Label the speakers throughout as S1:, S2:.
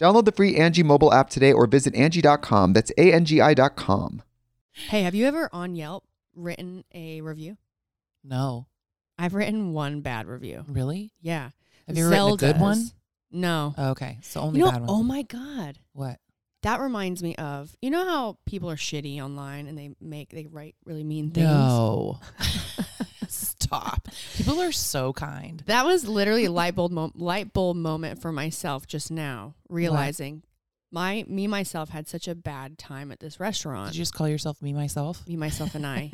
S1: Download the free Angie mobile app today or visit Angie.com. That's A-N-G-I dot com.
S2: Hey, have you ever on Yelp written a review?
S3: No.
S2: I've written one bad review.
S3: Really?
S2: Yeah.
S3: Have you ever written a good one?
S2: Zelda's. No.
S3: Oh, okay. So
S2: You
S3: only
S2: know-
S3: bad ones.
S2: Oh my god.
S3: What?
S2: That reminds me of you know how people are shitty online and they make they write really mean things.
S3: No. Stop. People are so kind.
S2: That was literally a light bulb mo- light bulb moment for myself just now, realizing my me myself had such a bad time at this restaurant.
S3: Did you just call yourself me myself?
S2: me myself and I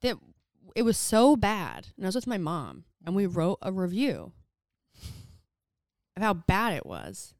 S2: that it was so bad. And I was with my mom and we wrote a review of how bad it was.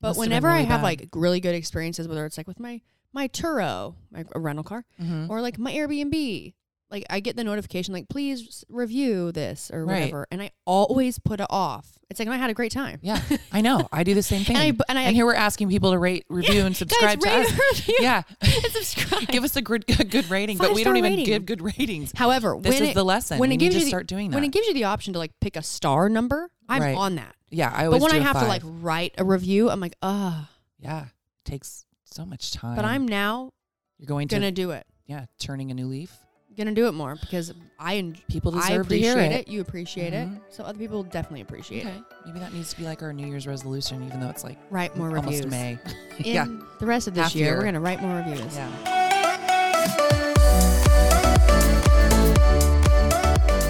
S2: But
S3: Must have been
S2: whenever I
S3: really
S2: have
S3: bad.
S2: like really good experiences, whether it's like with my my Turo, my a rental car,
S3: Mhm.
S2: or like my Airbnb, like I get the notification like please s- review this or
S3: Right.
S2: whatever, and I always put it off. It's like I had a great time.
S3: Yeah, I know. I do the same thing.
S2: And I- and I-
S3: here we're asking people to rate, review, and subscribe
S2: Guys, rate
S3: to us.
S2: and review
S3: Yeah,
S2: and subscribe.
S3: give us a good a good rating, but we
S2: Five-star
S3: don't even
S2: rating.
S3: give good ratings.
S2: However,
S3: This
S2: when
S3: is
S2: it-
S3: the lesson.
S2: When
S3: We
S2: it
S3: need
S2: gives
S3: to
S2: you the-
S3: start doing
S2: When
S3: that.
S2: it gives you the option to like pick a star number, I'm
S3: Right.
S2: on that.
S3: yeah, I
S2: But
S3: always.
S2: when
S3: do
S2: I
S3: a
S2: have to like
S3: five.
S2: write a review, I'm like, ah.
S3: yeah, takes so much time.
S2: But I'm now
S3: you're going to
S2: gonna do it.
S3: yeah, turning a new leaf.
S2: Gonna do it more because I en-
S3: People
S2: I
S3: deserve to hear
S2: appreciate
S3: it.
S2: You appreciate
S3: Mhm.
S2: it. So other people definitely appreciate
S3: Okay,
S2: it.
S3: maybe that needs to be like our New Year's resolution, even though it's like
S2: Write more
S3: almost
S2: reviews.
S3: May.
S2: In
S3: yeah,
S2: the rest of this
S3: Half
S2: year,
S3: year.
S2: we're gonna write more reviews.
S3: yeah.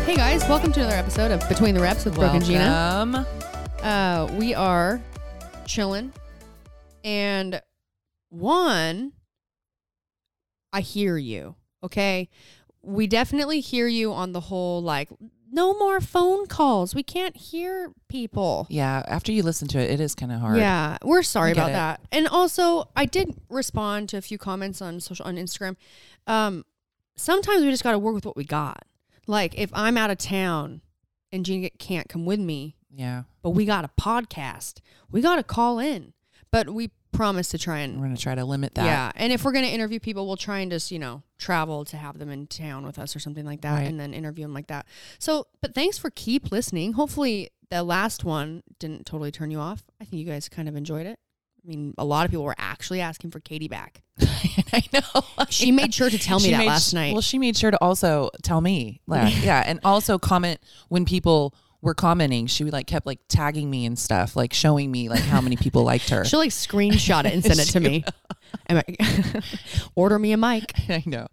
S2: Hey guys, welcome to another episode of Between the Reps with Brooke and Gina.
S3: Welcome.
S2: Uh, we are chilling, and one, I hear you. Okay, we definitely hear you on the whole like no more phone calls. We can't hear people.
S3: Yeah, after you listen to it, it is kind of hard.
S2: Yeah, we're sorry
S3: I get
S2: about
S3: it.
S2: that. And also, I did respond to a few comments on social on Instagram. Um, sometimes we just got to work with what we got. Like if I'm out of town and Gina can't come with me,
S3: yeah.
S2: but we got a podcast. We got to call in. But we promise to try
S3: We're
S2: and
S3: gonna try to limit that.
S2: yeah. And if we're gonna interview people, we'll try and just you know travel to have them in town with us or something like that,
S3: Right.
S2: and then interview them like that. So, but thanks for keep listening. Hopefully, the last one didn't totally turn you off. I think you guys kind of enjoyed it. I mean, a lot of people were actually asking for Katie back.
S3: I know.
S2: She made sure to tell me
S3: She
S2: that
S3: made-
S2: last night.
S3: Well, she made sure to also tell me that. yeah, and also comment when people were commenting. She like kept like tagging me and stuff, like showing me like how many people liked her.
S2: She'll like screenshot it and send it to me. I'm like, Order me a mic.
S3: I know.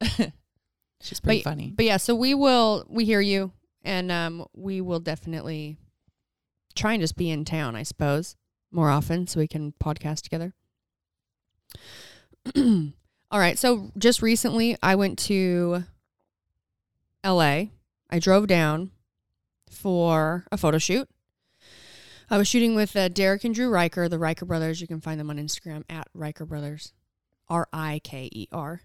S3: She's pretty
S2: but,
S3: funny.
S2: But yeah, so we will we hear you and um we will definitely try and just be in town, I suppose, more often so we can podcast together. All right. So just recently, I went to LA. I drove down for a photo shoot. I was shooting with uh, Derek and Drew Riker, the Riker brothers. You can find them on Instagram at Riker brothers, R I K E R.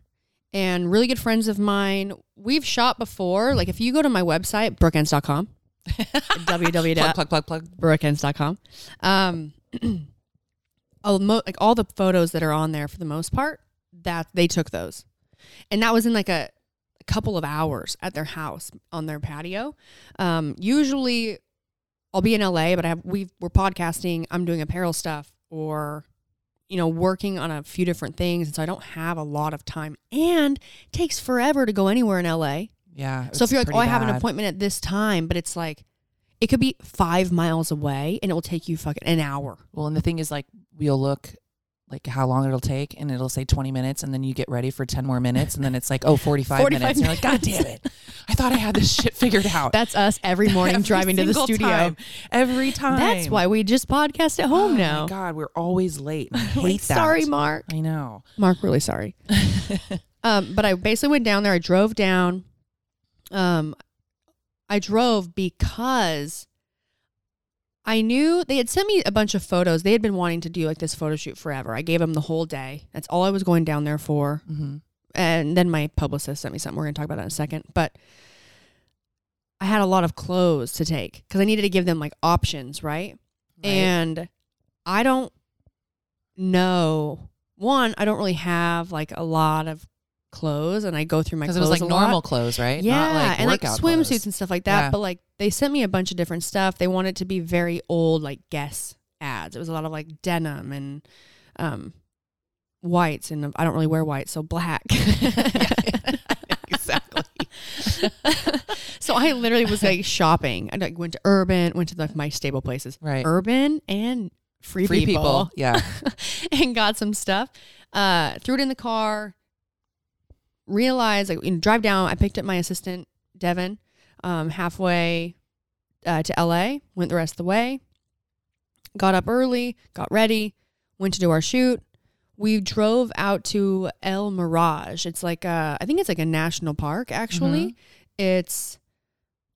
S2: And really good friends of mine. We've shot before. Like if you go to my website, brookends.com, www
S3: Plug, plug, plug, plug.
S2: brookends.com. Um, all mo- like all the photos that are on there for the most part, that they took those, and that was in like a, a couple of hours at their house on their patio. Um, usually, I'll be in LA, but I have, we we're podcasting. I'm doing apparel stuff or. You know, working on a few different things. And so I don't have a lot of time and it takes forever to go anywhere in LA.
S3: Yeah.
S2: So if
S3: it's
S2: you're like, oh,
S3: pretty
S2: I have an
S3: bad.
S2: appointment at this time, but it's like, it could be five miles away and it will take you fucking an hour.
S3: Well, and the thing is, like, we'll look like how long it'll take, and it'll say 20 minutes, and then you get ready for 10 more minutes, and then it's like, oh, 45,
S2: 45
S3: minutes. And you're like, God damn it. I thought I had this shit figured out.
S2: That's us every morning
S3: Every
S2: driving to the
S3: single
S2: studio.
S3: time. every time.
S2: That's why we just podcast at home
S3: Oh
S2: now.
S3: My God, we're always late. and I hate
S2: Like,
S3: that.
S2: Sorry, Mark.
S3: I know.
S2: Mark, really sorry. um, but I basically went down there. I drove down. Um, I drove because I knew they had sent me a bunch of photos. They had been wanting to do like this photo shoot forever. I gave them the whole day. That's all I was going down there for.
S3: hmm
S2: and then my publicist sent me something. We're going to talk about that in a second. But I had a lot of clothes to take because I needed to give them like options, right? And I don't know. One, I don't really have like a lot of clothes, and I go through my
S3: because
S2: clothes
S3: it was like
S2: a lot.
S3: normal clothes, right? Not,
S2: Yeah,
S3: like,
S2: and like
S3: workout
S2: swimsuits
S3: clothes.
S2: and stuff like that.
S3: Yeah.
S2: But like they sent me a bunch of different stuff. They wanted to be very old, like guess ads. It was a lot of like denim and um whites, and I don't really wear white, so black.
S3: exactly.
S2: so I literally was like shopping. I like went to Urban, went to like my stable places,
S3: Right.
S2: Urban and Free,
S3: Free people.
S2: people,
S3: Yeah.
S2: and got some stuff. Uh, threw it in the car. Realized like in drive down, I picked up my assistant Devin um, halfway uh, to LA. Went the rest of the way. Got up early, got ready, went to do our shoot. We drove out to El Mirage. It's like a, I think it's like a national park actually. It's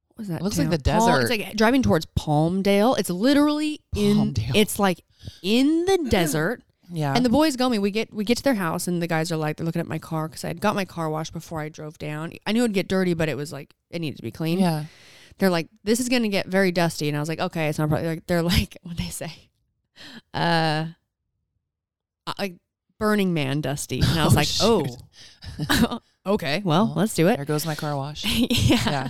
S2: what was that?
S3: Mm-hmm. It looks like
S2: town?
S3: the
S2: Palm-
S3: desert.
S2: It's like driving towards Palmdale. It's literally in.
S3: Palmdale.
S2: It's like in the desert.
S3: Yeah.
S2: And the boys go me. We get we get to their house, and the guys are like, they're looking at my car because I had got my car washed before I drove down. I knew it'd get dirty, but it was like it needed to be clean.
S3: yeah.
S2: They're like, this is gonna get very dusty, and I was like, okay, it's not probably. Like, they're like, what they say, uh, uh, like Burning Man dusty, and I was
S3: Oh,
S2: like,
S3: shoot.
S2: oh, okay, well,
S3: Well,
S2: let's do it.
S3: There goes my car wash. It's
S2: yeah.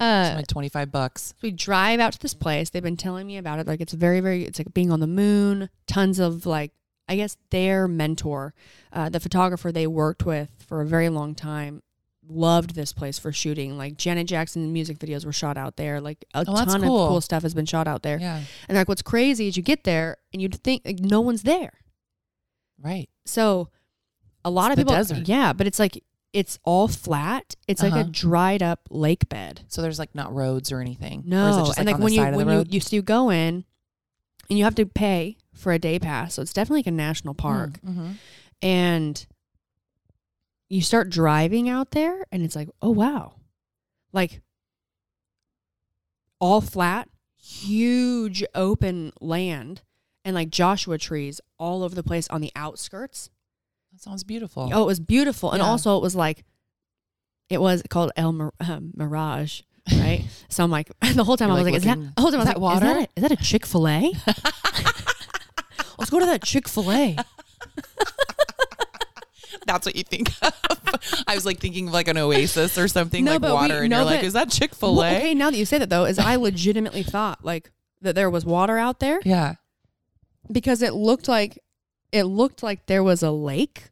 S2: Uh,
S3: my 25 bucks.
S2: so we drive out to this place. They've been telling me about it. Like it's very, very. It's like being on the moon. Tons of like, I guess their mentor, uh, the photographer they worked with for a very long time, loved this place for shooting. Like Janet Jackson music videos were shot out there. Like a
S3: Oh, that's
S2: ton
S3: cool.
S2: of cool stuff has been shot out there.
S3: Yeah.
S2: And like, what's crazy is you get there and you'd think like no one's there.
S3: Right.
S2: So a lot
S3: It's
S2: of
S3: the
S2: people,
S3: desert.
S2: yeah, but it's like it's all flat. It's like
S3: Uh-huh.
S2: a dried up lake bed.
S3: So there's like not roads or anything.
S2: No,
S3: Or is it just
S2: and like
S3: on
S2: when
S3: the
S2: you
S3: side of
S2: when
S3: the
S2: you
S3: road?
S2: you so you go in, and you have to pay for a day pass, so it's definitely like a national park,
S3: Mm-hmm.
S2: and you start driving out there, and it's like, oh wow, like all flat, huge open land, and like Joshua trees all over the place on the outskirts.
S3: That sounds beautiful.
S2: Oh, it was beautiful, and
S3: Yeah.
S2: also it was like, it was called El Mir- um, Mirage, right? so I'm like, the whole time
S3: You're,
S2: I was
S3: like,
S2: like, is that?
S3: looking-
S2: The whole time I was like,
S3: is that
S2: Is that
S3: water?
S2: a, is that a Chick Fil A? Let's go to that Chick Fil A.
S3: That's what you think of. I was like thinking of like an oasis or something,
S2: No,
S3: like
S2: but we-
S3: water. and
S2: no,
S3: you're like,
S2: but-
S3: is that Chick fil A?
S2: Well, okay, now that you say that though, is I legitimately thought like that there was water out there
S3: Yeah.
S2: because it looked like it looked like there was a lake,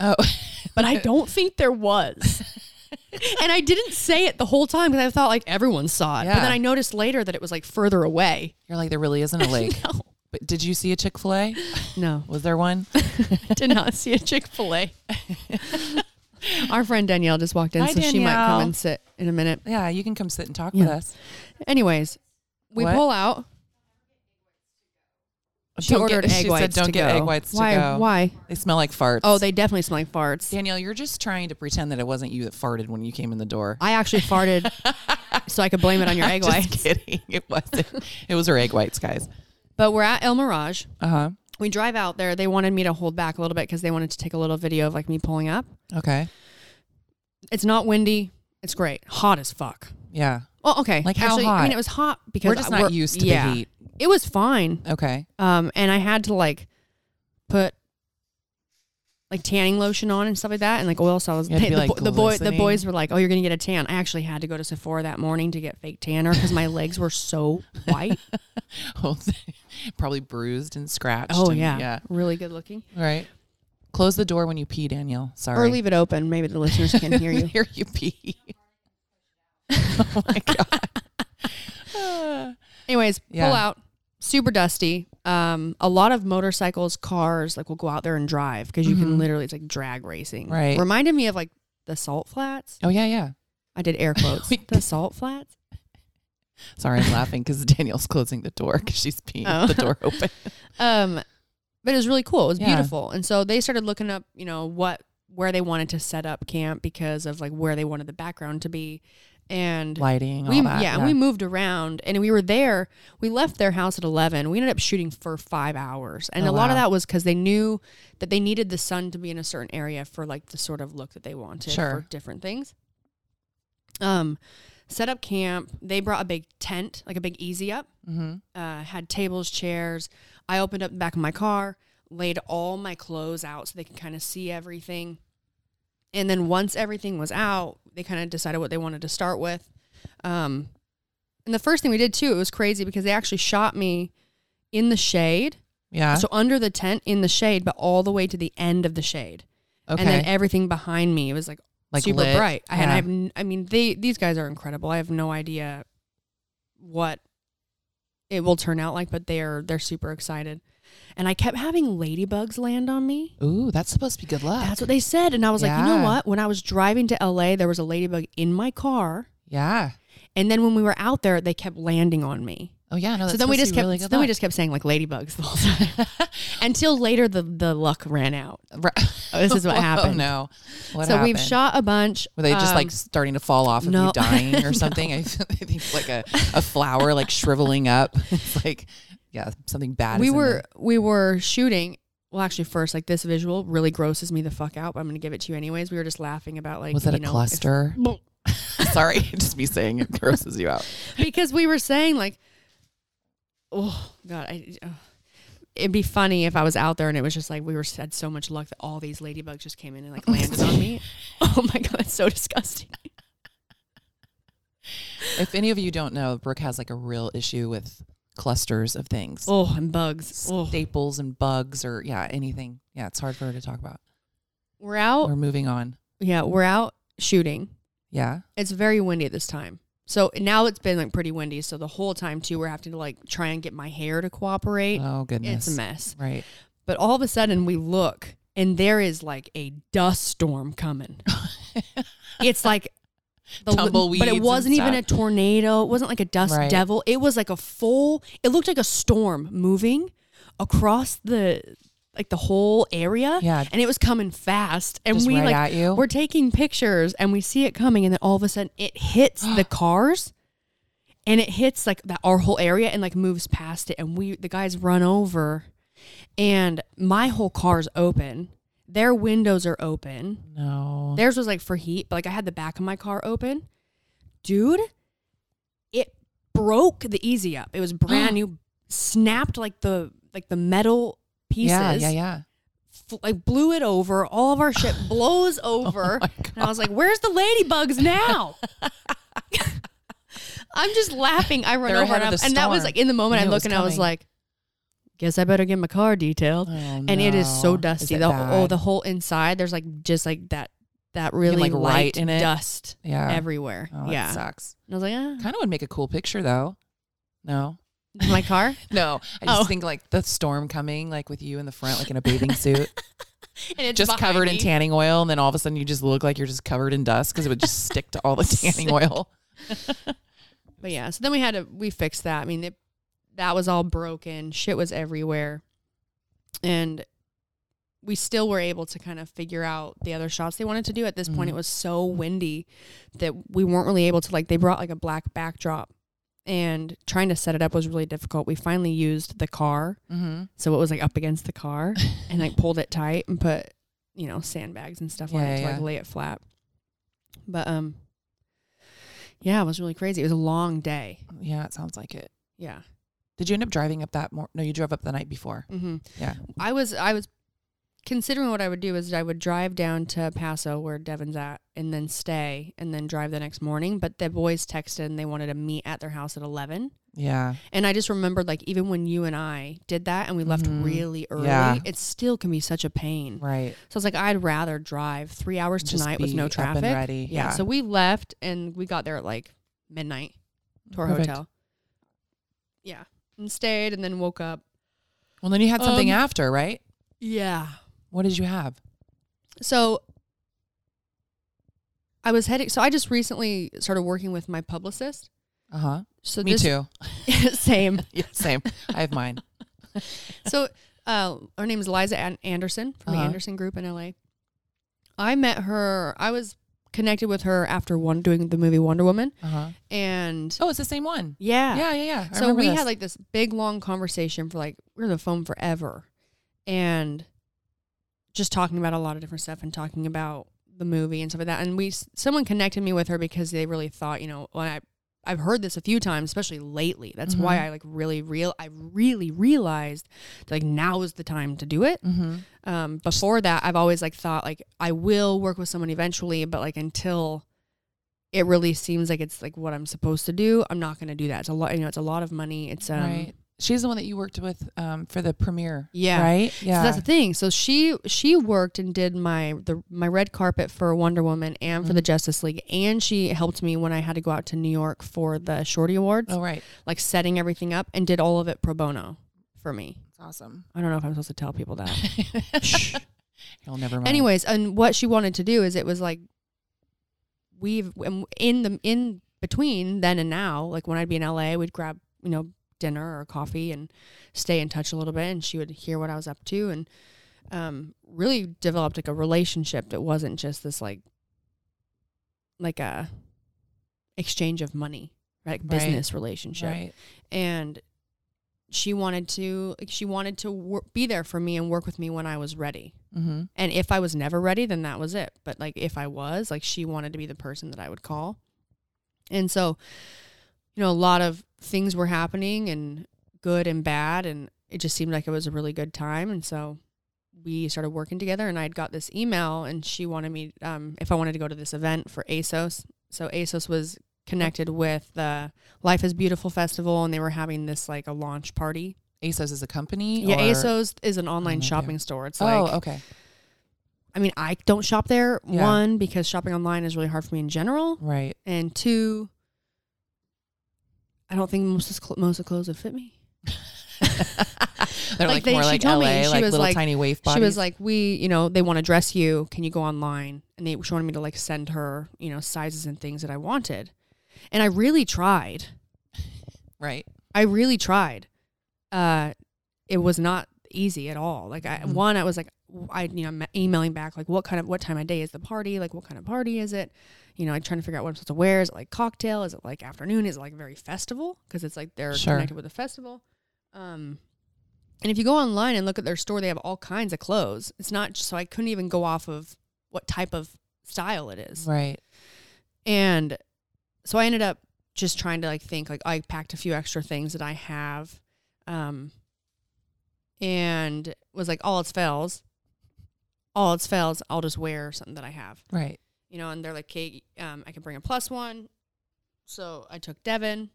S3: Oh.
S2: but I don't think there was. and I didn't say it the whole time because I thought like everyone saw it. But
S3: Yeah.
S2: then I noticed later that it was like further away.
S3: You're like, there really isn't a lake.
S2: No,
S3: But did you see a Chick fil A?
S2: no,
S3: Was there one?
S2: did not see a Chick Fil A. Our friend Danielle just walked in,
S3: Hi,
S2: so she might
S3: Danielle.
S2: come and sit in a minute.
S3: Yeah, you can come sit and talk with
S2: Yeah.
S3: us.
S2: Anyways, we
S3: What?
S2: pull out. She
S3: Don't
S2: ordered
S3: get-
S2: egg
S3: she
S2: whites.
S3: said, "Don't
S2: to
S3: get
S2: go."
S3: egg whites to
S2: Why?
S3: go.
S2: Why?
S3: They smell like farts.
S2: Oh, they definitely smell like farts.
S3: Danielle, you're just trying to pretend that it wasn't you that farted when you came in the door.
S2: I actually farted, so I could blame it on your egg
S3: just
S2: whites.
S3: kidding. It wasn't. it was her egg whites, guys.
S2: But we're at El Mirage.
S3: Uh huh.
S2: We drive out there. They wanted me to hold back a little bit because they wanted to take a little video of like me pulling up.
S3: Okay.
S2: It's not windy. It's great. Hot as fuck.
S3: Yeah.
S2: Well, okay.
S3: Like, how
S2: Actually, I mean,
S3: hot?
S2: it was hot because
S3: We're just not used to
S2: yeah.
S3: the heat.
S2: It was fine.
S3: Okay.
S2: Um, and I had to like put like tanning lotion on and stuff like that, and like oil. So I was
S3: You had to
S2: the,
S3: be, like,
S2: bo- the boy the
S3: glistening.
S2: boys were like, "Oh, you're gonna get a tan." I actually had to go to Sephora that morning to get fake tanner because my legs were so white.
S3: Oh, probably bruised and scratched.
S2: oh
S3: and-
S2: yeah,
S3: Yeah.
S2: really good looking.
S3: All right. Close the door when you pee, Danielle. Sorry.
S2: Or leave it open. Maybe the listeners can hear you.
S3: Hear you pee. oh my god. Uh,
S2: Anyways,
S3: Yeah.
S2: pull out. Super dusty. Um, a lot of motorcycles, cars, like will go out there and drive because you can literally it's like drag racing.
S3: Mm-hmm. Right.
S2: Reminded me of like the salt flats.
S3: oh yeah, yeah.
S2: I did air quotes.
S3: Wait.
S2: the salt flats.
S3: Sorry, I'm laughing because Danielle's closing the door because she's peeing
S2: Oh.
S3: with the door open.
S2: Um, but it was really cool. It was
S3: Yeah.
S2: beautiful. And so they started looking up, you know, what where they wanted to set up camp because of like where they wanted the background to be. And
S3: Lighting,
S2: we,
S3: all that.
S2: yeah, and we moved around and we were there. We left their house at 11. We ended up shooting for five hours. And
S3: Oh,
S2: a lot of
S3: wow.
S2: that was because they knew that they needed the sun to be in a certain area for like the sort of look that they wanted
S3: Sure.
S2: for different things. Um, set up camp. They brought a big tent, like a big easy up,
S3: mm-hmm.
S2: uh, had tables, chairs. I opened up the back of my car, laid all my clothes out so they could kind of see everything. And then once everything was out, they kind of decided what they wanted to start with. Um, and the first thing we did too, it was crazy because they actually shot me in the shade.
S3: Yeah.
S2: So under the tent in the shade, but all the way to the end of the shade.
S3: okay.
S2: And then everything behind me was like,
S3: like
S2: super
S3: lit.
S2: bright. I had, I
S3: Yeah.
S2: have, n- I mean, they these guys are incredible. I have no idea what it will turn out like, but they're they're super excited. And I kept having ladybugs land on me.
S3: Ooh, that's supposed to be good luck.
S2: That's what they said, and I was like, you know
S3: Yeah.
S2: what? When I was driving to LA, there was a ladybug in my car,
S3: yeah.
S2: and then when we were out there, they kept landing on me.
S3: Oh yeah. No. That's
S2: so then we
S3: supposed
S2: just
S3: to be
S2: kept
S3: Really
S2: so
S3: good
S2: then we
S3: luck.
S2: just kept saying like ladybugs the whole time until later the the luck ran out.
S3: Right.
S2: Oh, this is what
S3: Whoa,
S2: happened.
S3: No. What
S2: so we've
S3: happened?
S2: shot a bunch.
S3: Were they just
S2: um,
S3: like starting to fall off of
S2: no.
S3: you dying or something? I, feel- I think like a, a flower like shriveling up. It's like, yeah, something bad.
S2: we
S3: is in
S2: were
S3: there.
S2: we were shooting well actually first like this visual really grosses me the fuck out but i'm gonna give it to you anyways we were just laughing about like
S3: was that
S2: you
S3: a
S2: know, if-
S3: cluster? Sorry, just me saying it grosses you out.
S2: because we were saying like oh god I, oh. it'd be funny if i was out there and it was just like we were had so much luck that all these ladybugs just came in and like landed on me oh my god it's so disgusting
S3: If any of you don't know, Brooke has like a real issue with clusters of things,
S2: oh and bugs oh.
S3: staples and bugs, or yeah, anything. Yeah, it's hard for her to talk about.
S2: we're out
S3: We're moving on.
S2: yeah we're out shooting
S3: Yeah.
S2: it's very windy at this time. So now it's been like pretty windy. So the whole time too, we're having to like try and get my hair to cooperate.
S3: Oh goodness.
S2: it's a mess.
S3: Right.
S2: But all of a sudden we look and there is like a dust storm coming. it's like the
S3: Tumbleweeds
S2: but it
S3: and
S2: wasn't even a
S3: stuff.
S2: tornado. It wasn't like a dust
S3: Right.
S2: devil. It was like a full. It looked like a storm moving across the like the whole area.
S3: Yeah.
S2: and it was coming fast. And
S3: Just
S2: we
S3: right
S2: like
S3: at you?
S2: we're taking pictures and we see it coming, and then all of a sudden it hits the cars. And it hits like that our whole area and like moves past it, and we the guys run over, and my whole car's open, their windows are open,
S3: No.
S2: Theirs was like for heat, but like I had the back of my car open. Dude, it broke the easy up. It was brand new, snapped like the like the metal pieces.
S3: Yeah. Yeah. Yeah.
S2: F- like blew it over. All of our shit blows over.
S3: Oh my
S2: and I was like, "Where's the ladybugs now?" I'm just laughing. I run
S3: They're
S2: over
S3: ahead
S2: and, I'm,
S3: of the
S2: and that was
S3: storm.
S2: like in the moment I
S3: You knew it
S2: look
S3: was
S2: and I was
S3: coming.
S2: like, "Guess I better get my car detailed."
S3: Oh,
S2: and it is so
S3: no.
S2: dusty.
S3: it
S2: the
S3: bad?
S2: oh, the whole inside. There's like just like that that really
S3: like,
S2: light
S3: write in it?
S2: dust
S3: yeah.
S2: everywhere.
S3: Oh, that
S2: yeah,
S3: sucks.
S2: and I was like, ah,
S3: Kind of would make a cool picture though. No.
S2: my car.
S3: No, I just
S2: Oh.
S3: think like the storm coming, like with you in the front, like in a bathing suit,
S2: and it's
S3: just
S2: behind
S3: covered
S2: me.
S3: in tanning oil, and then all of a sudden you just look like you're just covered in dust because it would just stick to all the tanning oil.
S2: But yeah, so then we had to we fixed that. I mean, it, that was all broken. Shit was everywhere. And we still were able to kind of figure out the other shots they wanted to do. At this point,
S3: Mhm.
S2: it was so windy that we weren't really able to, like, they brought like a black backdrop and trying to set it up was really difficult. We finally used the car.
S3: Mm-hmm.
S2: So it was like up against the car and like pulled it tight and put, you know, sandbags and stuff on
S3: Yeah,
S2: it to
S3: yeah,
S2: like
S3: yeah.
S2: lay it flat. But, um, yeah, it was really crazy. It was a long day.
S3: Yeah, it sounds like it.
S2: Yeah.
S3: Did you end up driving up that? Mor- no, you drove up the night before.
S2: Mm-hmm.
S3: Yeah.
S2: I was I was considering what I would do is I would drive down to Paso where Devin's at and then stay and then drive the next morning. But the boys texted and they wanted to meet at their house at eleven.
S3: Yeah.
S2: And I just remembered like even when you and I did that and we left
S3: Mhm.
S2: really early,
S3: Yeah.
S2: it still can be such a pain.
S3: Right.
S2: So I was like, I'd rather drive three hours
S3: Just
S2: tonight with
S3: be
S2: no
S3: up and
S2: traffic.
S3: ready. Yeah.
S2: So we left and we got there at like midnight to our
S3: Perfect.
S2: hotel. Yeah. And stayed and then woke up.
S3: Well, then you had something
S2: Um,
S3: after, right?
S2: Yeah.
S3: What did you have?
S2: So I was heading. So I just recently started working with my publicist.
S3: Uh huh.
S2: So
S3: Me
S2: this,
S3: too.
S2: same.
S3: Yeah, same. I have mine.
S2: So uh, her name is Liza An- Anderson from
S3: Uh-huh.
S2: the Anderson Group in LA. I met her. I was connected with her after one doing the movie Wonder Woman,
S3: Uh huh.
S2: and
S3: Oh, it's the same one.
S2: yeah,
S3: Yeah, yeah, yeah. I
S2: so
S3: remember
S2: we
S3: this.
S2: had like this big long conversation for like we were on the phone forever and just talking about a lot of different stuff and talking about the movie and stuff like that and we someone connected me with her because they really thought you know when i i've heard this a few times especially lately that's why
S3: Mhm.
S2: i like really real i really realized that, like now is the time to do it
S3: Mm-hmm.
S2: um, before that i've always like thought like i will work with someone eventually but like until it really seems like it's like what i'm supposed to do i'm not going to do that it's a lot you know it's a lot of money it's um
S3: right. She's the one that you worked with um, for the premiere.
S2: Yeah.
S3: Right. Yeah.
S2: so that's the thing so she she worked and did my the my red carpet for wonder woman and
S3: Mm-hmm.
S2: for the justice league and she helped me when i had to go out to new york for the shorty awards
S3: oh, right.
S2: like setting everything up and did all of it pro bono for me
S3: It's awesome.
S2: i don't know if i'm supposed to tell people that
S3: Shh. He'll never mind.
S2: Anyways, and what she wanted to do is it was like we've um, in the in between then and now, like when I'd be in LA, we'd grab, you know, dinner or coffee and stay in touch a little bit and she would hear what I was up to and um really developed like a relationship that wasn't just this like like a exchange of money, right? Like
S3: Right.
S2: business relationship
S3: Right.
S2: and she wanted to like, she wanted to wor- be there for me and work with me when I was ready.
S3: Mm-hmm.
S2: And if I was never ready, then that was it. But like if I was, like she wanted to be the person that I would call. And so, you know, a lot of things were happening and good and bad and it just seemed like it was a really good time and so we started working together and I'd got this email and she wanted me um, if I wanted to go to this event for ASOS. So ASOS was connected with the Life is Beautiful Festival and they were having this like a launch party.
S3: ASOS is a company.
S2: yeah,
S3: or-
S2: ASOS is an online
S3: no idea.
S2: shopping store. It's like
S3: Oh, okay.
S2: I mean, I don't shop there.
S3: Yeah.
S2: One, because shopping online is really hard for me in general,
S3: Right.
S2: and two, I don't think most of cl- most of the clothes would fit me.
S3: They're
S2: Like
S3: like,
S2: they-
S3: more
S2: she
S3: like LA,
S2: told me, she
S3: like
S2: was
S3: little
S2: like-
S3: tiny wave bodies.
S2: She was like, "We, you know, they want to dress you. Can you go online?" And they she wanted me to like send her, you know, sizes and things that I wanted, and I really tried.
S3: right.
S2: I really tried. Uh, it was not easy at all. Like I,
S3: Mhm.
S2: one, I was like, w- I, you know, I'm emailing back, like what kind of, what time of day is the party? Like what kind of party is it? You know, I'm trying to figure out what I'm supposed to wear. Is it like cocktail? Is it like afternoon? Is it like very festival? Cause it's like they're
S3: Sure.
S2: connected with a festival. Um, and if you go online and look at their store, they have all kinds of clothes. It's not just, so I couldn't even go off of what type of style it is.
S3: Right.
S2: And so I ended up just trying to like think like I packed a few extra things that I have um and was like all its fails all its fails I'll just wear something that I have.
S3: Right.
S2: You know, and they're like, "Okay, um I can bring a plus one." So I took Devin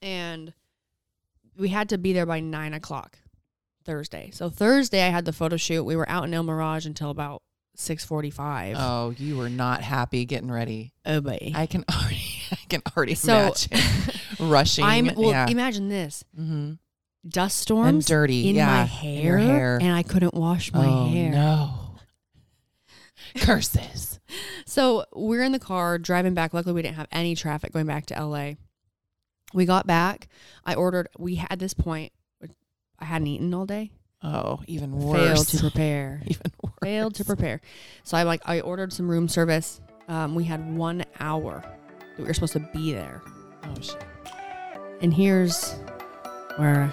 S2: and we had to be there by nine o'clock Thursday. So Thursday I had the photo shoot. We were out in El Mirage until about six forty five.
S3: Oh, you were not happy getting ready.
S2: oh boy.
S3: I can already, I can already
S2: So-
S3: imagine rushing.
S2: I'm well.
S3: yeah.
S2: Imagine this:
S3: mm-hmm.
S2: dust storms
S3: And dirty,
S2: in my
S3: yeah, in
S2: hair,
S3: your hair.
S2: and I couldn't wash my
S3: oh,
S2: hair.
S3: No. Curses.
S2: So we're in the car driving back. Luckily, we didn't have any traffic going back to LA. We got back. I ordered. We had- at this point, I hadn't eaten all day.
S3: Oh, even
S2: Failed
S3: worse.
S2: to prepare.
S3: even worse.
S2: Failed to prepare. So I like I ordered some room service. Um, we had one hour that we were supposed to be there,
S3: Oh, shit.
S2: and here's where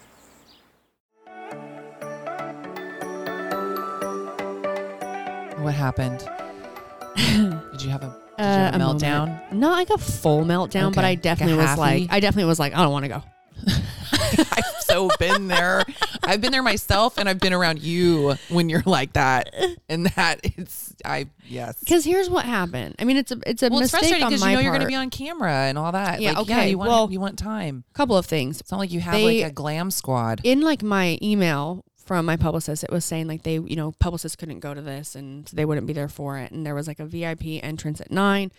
S3: What happened? did you have a,
S2: Uh,
S3: did you have a
S2: moment.
S3: meltdown?
S2: No, like a full meltdown, but
S3: Okay.
S2: I
S3: Like a
S2: definitely was like,
S3: halfie?
S2: I definitely was like, I don't want to go.
S3: I've so been there. I've been there myself, and I've been around you when you're like that. And that it's I yes.
S2: Because here's what happened. I mean, it's a it's a
S3: Well, it's
S2: mistake
S3: frustrating
S2: on
S3: because
S2: my
S3: you know
S2: part.
S3: you're going to be on camera and all that.
S2: Yeah,
S3: Like,
S2: okay,
S3: you want
S2: well-
S3: you want time.
S2: couple of things.
S3: It's not like you have
S2: They-
S3: like a glam squad.
S2: in like my email from my publicist, it was saying like they, you know, publicists couldn't go to this and so they wouldn't be there for it. And there was like a VIP entrance at nine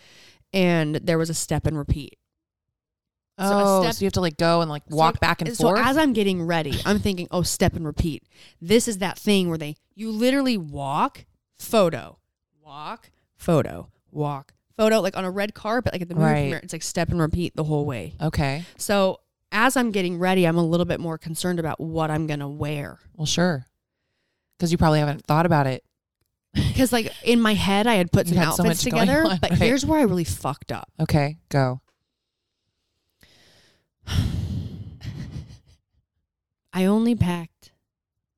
S2: and there was a step and repeat. so a
S3: oh,
S2: step-
S3: so you have to like go and like
S2: So,
S3: walk
S2: like,
S3: back and
S2: so
S3: forth.
S2: as I'm getting ready, I'm thinking, oh, step and repeat. This is that thing where they, you literally walk, photo, walk, photo, walk, photo, like on a red carpet, like at the movie
S3: Right.
S2: premiere. It's like step and repeat the whole way.
S3: okay.
S2: So as I'm getting ready, I'm a little bit more concerned about what I'm going to wear.
S3: Well, sure. Because you probably haven't thought about it.
S2: Because like in my head, I had put
S3: You
S2: some
S3: had so
S2: outfits
S3: much going
S2: together,
S3: on,
S2: but
S3: right.
S2: here's where I really fucked up.
S3: Okay, go.
S2: I only packed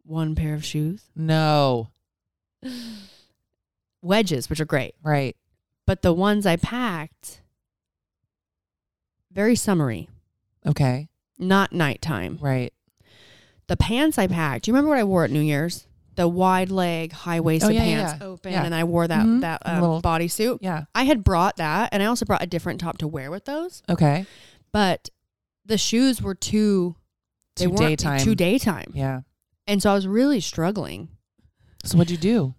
S2: one pair of shoes,
S3: No.
S2: wedges, which are great,
S3: Right.
S2: but the ones I packed very summery,
S3: Okay.
S2: not nighttime.
S3: Right.
S2: The pants I packed. Do you remember what I wore at New Year's? The wide leg, high waisted
S3: Oh, yeah, yeah,
S2: pants,
S3: yeah.
S2: open,
S3: Yeah.
S2: and I wore that
S3: Mhm.
S2: that
S3: A
S2: um,
S3: little-
S2: bodysuit.
S3: Yeah.
S2: I had brought that, and I also brought a different top to wear with those.
S3: Okay.
S2: But the shoes were too. They
S3: Too
S2: weren't
S3: daytime.
S2: Too daytime.
S3: Yeah.
S2: And so I was really struggling.
S3: So what'd you do?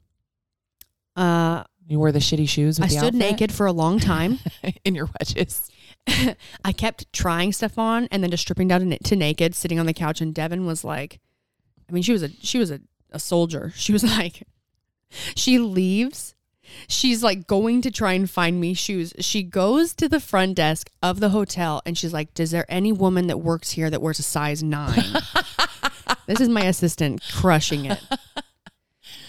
S2: Uh,
S3: You wore the shitty shoes. With
S2: I
S3: the
S2: stood
S3: outfit?
S2: naked for a long time.
S3: in your wedges.
S2: I kept trying stuff on and then just stripping down to, na- to naked, sitting on the couch. And Devin was like, I mean, she was a she was a, a soldier. She was like, she leaves. She's like going to try and find me shoes. She goes to the front desk of the hotel and she's like, "Is there any woman that works here that wears a size nine? this is my assistant crushing it.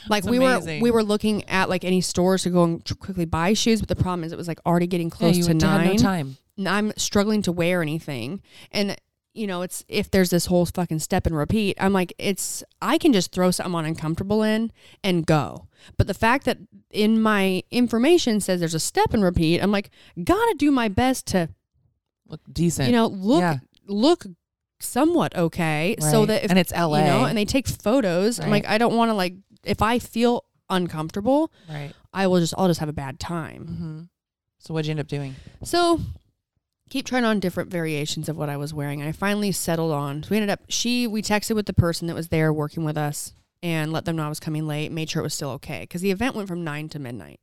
S2: Like
S3: That's
S2: we
S3: amazing.
S2: were we were looking at like any stores to go and tr- quickly buy shoes, but the problem is it was like already getting close
S3: yeah, you
S2: to
S3: had- had
S2: nine.
S3: no time.
S2: and I'm struggling to wear anything. And you know, it's if there's this whole fucking step and repeat, I'm like, it's I can just throw something on uncomfortable in and go. But the fact that in my information says there's a step and repeat, I'm like, gotta do my best to
S3: Look decent.
S2: you know look
S3: Yeah.
S2: look somewhat okay, so
S3: Right.
S2: that if,
S3: And it's
S2: you know,
S3: LA.
S2: and they take photos. I'm
S3: Right.
S2: like, I don't want to like if I feel uncomfortable,
S3: Right.
S2: I will just I'll just have a bad time.
S3: Mm-hmm. So what'd you end up doing?
S2: So keep trying on different variations of what I was wearing. And I finally settled on. So we ended up she we texted with the person that was there working with us and let them know I was coming late, made sure it was still okay. Because the event went from nine to midnight.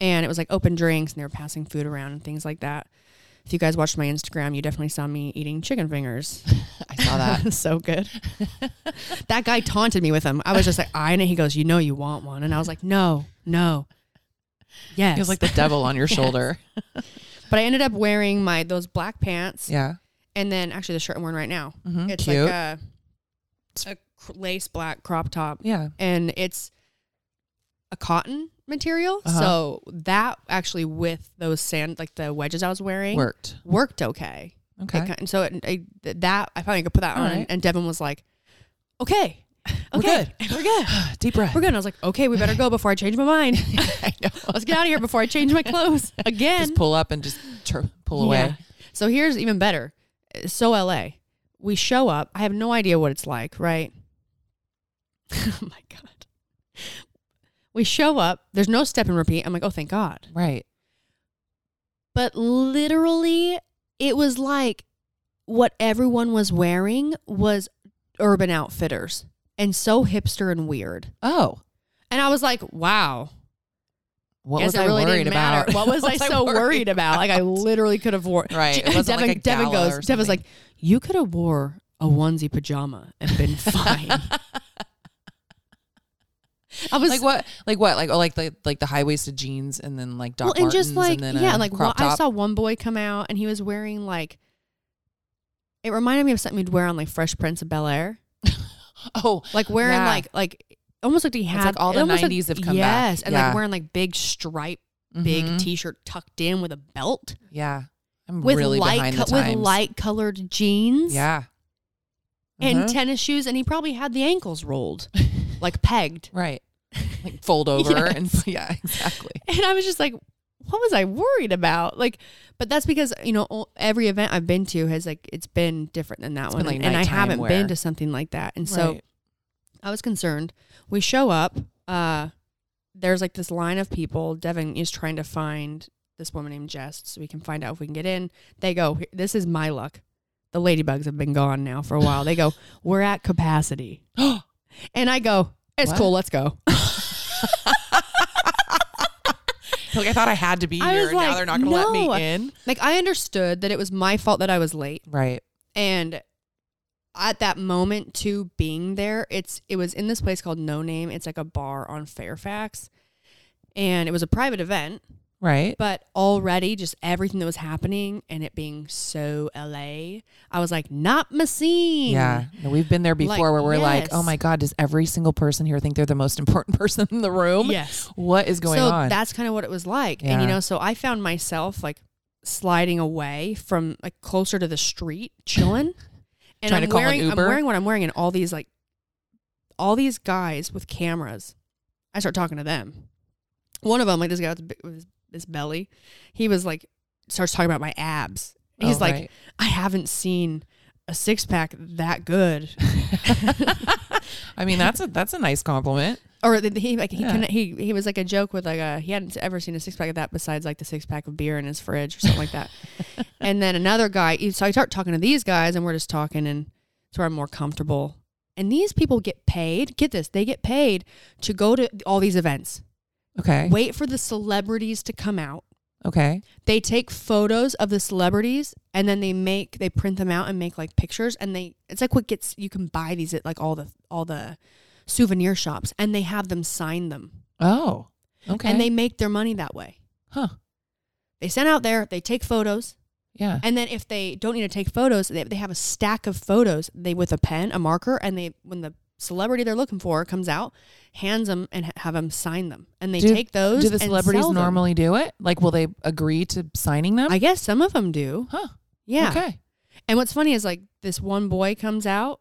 S2: and it was like open drinks and they were passing food around and things like that. If you guys watched my Instagram, you definitely saw me eating chicken fingers.
S3: I saw that.
S2: so good. that guy taunted me with them. I was just like, I and he goes, you know, you want one, and I was like, no, no, yes.
S3: He was like the devil on your shoulder.
S2: but I ended up wearing my those black pants,
S3: Yeah.
S2: and then actually the shirt I'm wearing right now.
S3: Mhm.
S2: It's
S3: Cute.
S2: like a, a cr- lace black crop top,
S3: Yeah.
S2: and it's a cotton material.
S3: Uh-huh.
S2: So that actually with those sand like the wedges I was wearing
S3: Worked.
S2: worked okay.
S3: Okay.
S2: It ki- and so it, I, th- that I finally could put that
S3: All
S2: on,
S3: right.
S2: and Devin was like, "Okay,
S3: We're
S2: okay,
S3: good.
S2: we're good,
S3: Deep breath.
S2: we're good." And I was like, "Okay, we better go before I change my mind. Let's get out of here before I change my clothes again."
S3: Just pull up and just tur- pull
S2: Yeah.
S3: away.
S2: So here's even better. Uh, So LA, we show up. I have no idea what it's like, right? oh my god. We show up. There's no step and repeat. I'm like, oh, thank God.
S3: Right.
S2: But literally, it was like what everyone was wearing was Urban Outfitters and so hipster and weird.
S3: Oh.
S2: And I was like, wow.
S3: What
S2: Guess
S3: was
S2: it
S3: I
S2: really
S3: worried
S2: didn't matter.
S3: about?
S2: What was, I so worried, about? Like I literally could have worn.
S3: Right, it wasn't
S2: Devin,
S3: like a
S2: Devin
S3: gala
S2: goes.
S3: or
S2: Devin's like,
S3: something.
S2: you could have wore a onesie pajama and been fine. I was
S3: like what? Like what? Like oh, like the like the high waisted jeans and then like Doc
S2: well, and just
S3: Martens
S2: like
S3: and then
S2: yeah,
S3: a
S2: and like
S3: crop
S2: wa- I
S3: top.
S2: saw one boy come out and he was wearing like. It reminded me of something you'd wear on like Fresh Prince of Bel Air,
S3: Oh,
S2: like wearing
S3: Yeah.
S2: like like almost like he had
S3: like all
S2: it
S3: the
S2: almost
S3: 90s have come
S2: yes,
S3: back.
S2: and like
S3: Yeah.
S2: wearing like big stripe, big
S3: Mhm.
S2: t-shirt tucked in with a belt.
S3: yeah. I'm
S2: with
S3: really
S2: light
S3: behind
S2: co-
S3: the
S2: with
S3: times.
S2: light colored jeans
S3: Yeah.
S2: and
S3: Mhm.
S2: tennis shoes and he probably had the ankles rolled like pegged
S3: right. Like fold over and yeah, exactly.
S2: and i was just like what was i worried about like but that's because you know all- every event i've been to has like it's been different than that
S3: It's
S2: one
S3: been, like,
S2: and i
S3: nighttime
S2: haven't
S3: wear.
S2: been to something like that and so
S3: Right.
S2: i was concerned we show up uh there's like this line of people devin is trying to find this woman named jess so we can find out if we can get in they go this is my luck the ladybugs have been gone now for a while they go we're at capacity and i go it's
S3: What?
S2: cool let's go
S3: like I thought I had to be
S2: I
S3: here
S2: was
S3: and now
S2: like,
S3: they're not gonna let
S2: "No."
S3: me in.
S2: like i understood that it was my fault that i was late
S3: Right.
S2: and at that moment too being there it's it was in this place called no name it's like a bar on fairfax and it was a private event
S3: Right.
S2: but already just everything that was happening and it being so la i was like not my scene
S3: Yeah, no, we've been there
S2: Like,
S3: before where we're like, oh
S2: yes.
S3: my God, does every single person here think they're the most important person in the room?
S2: Yes.
S3: What is going
S2: so
S3: on?
S2: that's kind of what it was like and you
S3: Yeah.
S2: know so i found myself like sliding away from like closer to the street chilling and
S3: Trying
S2: i'm
S3: to call an
S2: wearing i'm
S3: Uber?
S2: wearing what i'm wearing and all these like all these guys with cameras i start talking to them one of them like this guy with, the bi- with his- his belly he was like starts talking about my abs he's
S3: Oh,
S2: like
S3: right.
S2: i haven't seen a six pack that good
S3: I mean, that's a that's a nice compliment.
S2: or the, the- he like he,
S3: Yeah.
S2: connect- he he was like a joke with like a he hadn't ever seen a six pack of that besides like the six pack of beer in his fridge or something like that. And then another guy, e, so I start talking to these guys, and we're just talking, and it's where I'm more comfortable. And these people get paid. Get this, they get paid to go to all these events.
S3: Okay.
S2: Wait for the celebrities to come out.
S3: Okay.
S2: They take photos of the celebrities, and then they make they print them out and make like pictures. And they it's like what gets you can buy these at like all the all the souvenir shops, and they have them sign them.
S3: Oh. Okay.
S2: And they make their money that way.
S3: huh.
S2: They send out there, they take photos,
S3: Yeah.
S2: and then if they don't need to take photos, they, they have a stack of photos. They with a pen, a marker, and they when the celebrity they're looking for comes out, hands them and ha- have them sign them, and they
S3: Do-
S2: take those.
S3: Do the
S2: and
S3: celebrities
S2: sell them.
S3: normally do it? Like, will they agree to signing them?
S2: I guess some of them do.
S3: huh.
S2: Yeah.
S3: Okay.
S2: And what's funny is like this one boy comes out.